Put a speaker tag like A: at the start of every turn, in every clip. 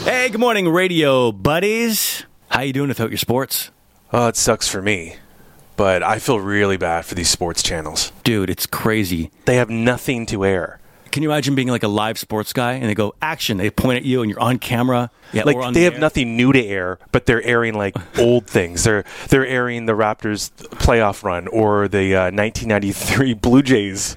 A: Hey, good morning, radio buddies. How you doing without your sports?
B: Oh, it sucks for me, but I feel really bad for these sports channels.
A: Dude, it's crazy.
B: They have nothing to air.
A: Can you imagine being like a live sports guy and they go action? They point at you and you're on camera. Yeah,
B: Like
A: or on
B: they
A: the
B: have
A: air.
B: nothing new to air, but they're airing like old things. They're they're airing the Raptors playoff run or the uh, 1993 Blue Jays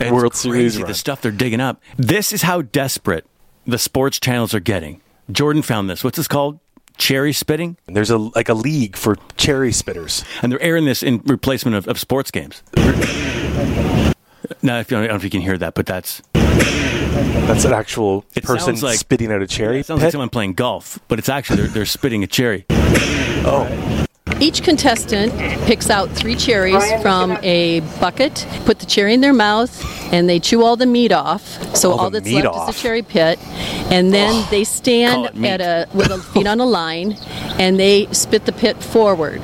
A: It's
B: World
A: crazy
B: Series
A: the
B: run.
A: stuff they're digging up. This is how desperate the sports channels are getting. Jordan found this. What's this called? Cherry spitting,
B: And There's a like a league for cherry spitters.
A: and they're airing this in replacement of, of sports games. now, if you, I don't know if you can hear that, but that's
B: That's an actual
A: It
B: person
A: sounds like-
B: spitting out a cherry.
A: it sounds like
B: pit.
A: someone playing golf, but it's actually they're, they're spitting a cherry.
C: Each contestant picks out three cherries from a bucket, put the cherry in their mouth, and they chew all the meat off. So
B: All
C: all,
B: the
C: that's
B: meat
C: left
B: off.
C: is the cherry pit, and then
A: Call
C: they stand
A: it meat.
C: at a with a feet on a line, and they spit the pit forward,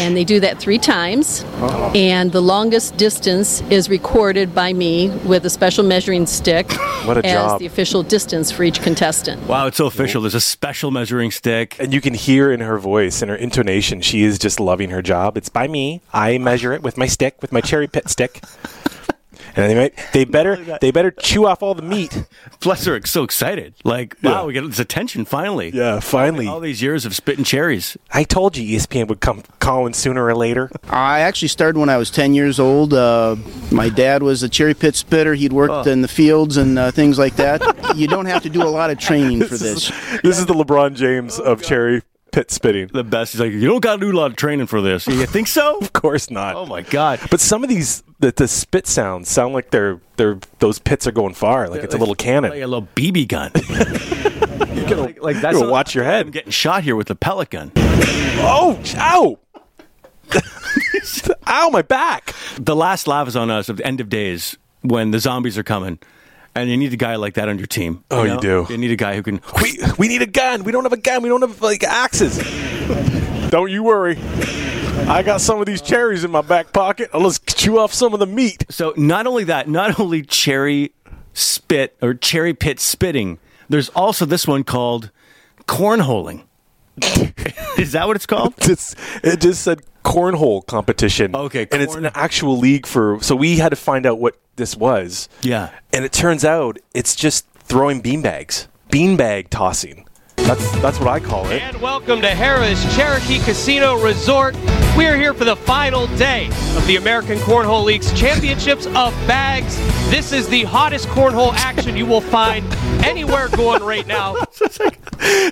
C: and they do that three times.
B: Oh.
C: And the longest distance is recorded by me with a special measuring stick
B: What a
C: as
B: job.
C: the official distance for each contestant.
A: Wow, it's so official. There's a special measuring stick.
B: and you can hear in her voice and her intonation, she is just loving her job. It's by me. I measure it with my stick, with my cherry pit stick. And they might, they better they better chew off all the meat.
A: Plus, they're so excited. Like, wow,
B: Yeah.
A: we get this attention finally.
B: Yeah,
A: All
B: finally.
A: these years of spitting cherries.
B: I told you E ESPN would come calling sooner or later.
D: I actually started when I was 10 years old. Uh, my dad was a cherry pit spitter. He'd worked in the fields and uh, things like that. you don't have to do a lot of training for this.
B: This is the LeBron James of cherry pit spitting.
A: The best. He's like, you don't got to do a lot of training for this. You think so?
B: Of course not.
A: oh my god.
B: But some of these the, the spit sounds sound like they're they're those pits are going far, like it's a little cannon.
A: Like a little BB gun. like, like
B: you
A: not-
B: watch your head.
A: I'm getting shot here with a pellet gun.
B: Oh, ow! ow, my back!
A: The last laugh is on us of the end of days when the zombies are coming, and you need a guy like that on your team.
B: Oh, you do.
A: You need a guy who can.
B: We we need a gun. We don't have a gun. We don't have like axes. don't you worry. I got some of these cherries in my back pocket. Let's chew off some of the meat.
A: So not only that, not only cherry spit or cherry pit spitting. There's also this one called cornholing. is that what it's called?
B: It's, it just said cornhole competition.
A: Okay,
B: and it's
A: corn-
B: an actual league for. So we had to find out what this was.
A: Yeah.
B: and it turns out it's just throwing beanbags, beanbag tossing. That's that's what I call it.
E: And welcome to Harris Cherokee Casino Resort. We are here for the final day of the American Cornhole League's Championships of Bags. This is the hottest cornhole action you will find anywhere going right now.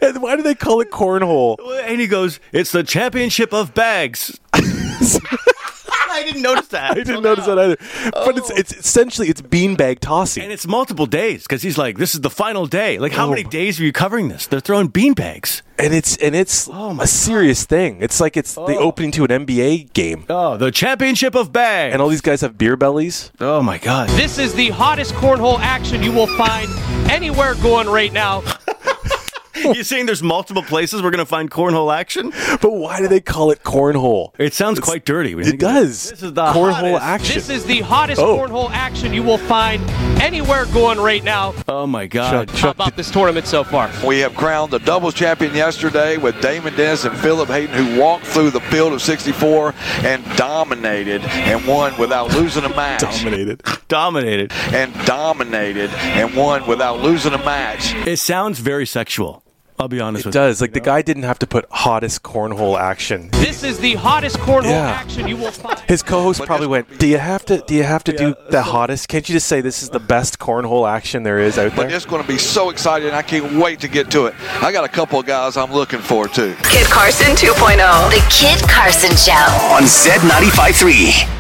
B: And why do they call it cornhole?
A: And he goes, "It's the championship of bags." I didn't notice that.
B: I didn't notice that either. But it's it's essentially it's beanbag tossing.
A: And it's multiple days because he's like, this is the final day. Like, how
B: Oh.
A: many days are you covering this? They're throwing beanbags.
B: and it's and it's a serious thing. It's like it's the opening to an NBA game,
A: Oh, the championship of bags.
B: and all these guys have beer bellies.
A: oh my god.
E: This is the hottest cornhole action you will find anywhere going right now.
A: you saying there's multiple places we're gonna find cornhole action?
B: But why do they call it cornhole?
A: It sounds quite dirty. when you
B: It
A: think about
B: does.
A: This is the
B: cornhole
A: hottest-
B: action.
E: This is the hottest
B: Oh.
E: cornhole action you will find anywhere going right now.
A: Oh my god.
E: How about this tournament so far?
F: We have crowned a doubles champion yesterday with Damon Dennis and Philip Hayden, who walked through the field of 64 and dominated and won without losing a match.
B: Dominated.
A: Dominated.
F: And dominated and won without losing a match.
A: It sounds very sexual. I'll be honest
B: It
A: with
B: does. Like the guy didn't have to put hottest cornhole action.
E: This is the hottest cornhole
B: Yeah.
E: action you will find.
B: His co-host
F: But
B: probably
F: this-
B: went, "Do you have to? Do you have to do the hottest? Can't you just say this is the best cornhole action there is out
F: But
B: there?"
F: it's going to be so exciting. I can't wait to get to it. I got a couple of guys I'm looking forward to.
G: Kid Carson 2.0.
H: The Kid Carson Show.
I: on Z95.3.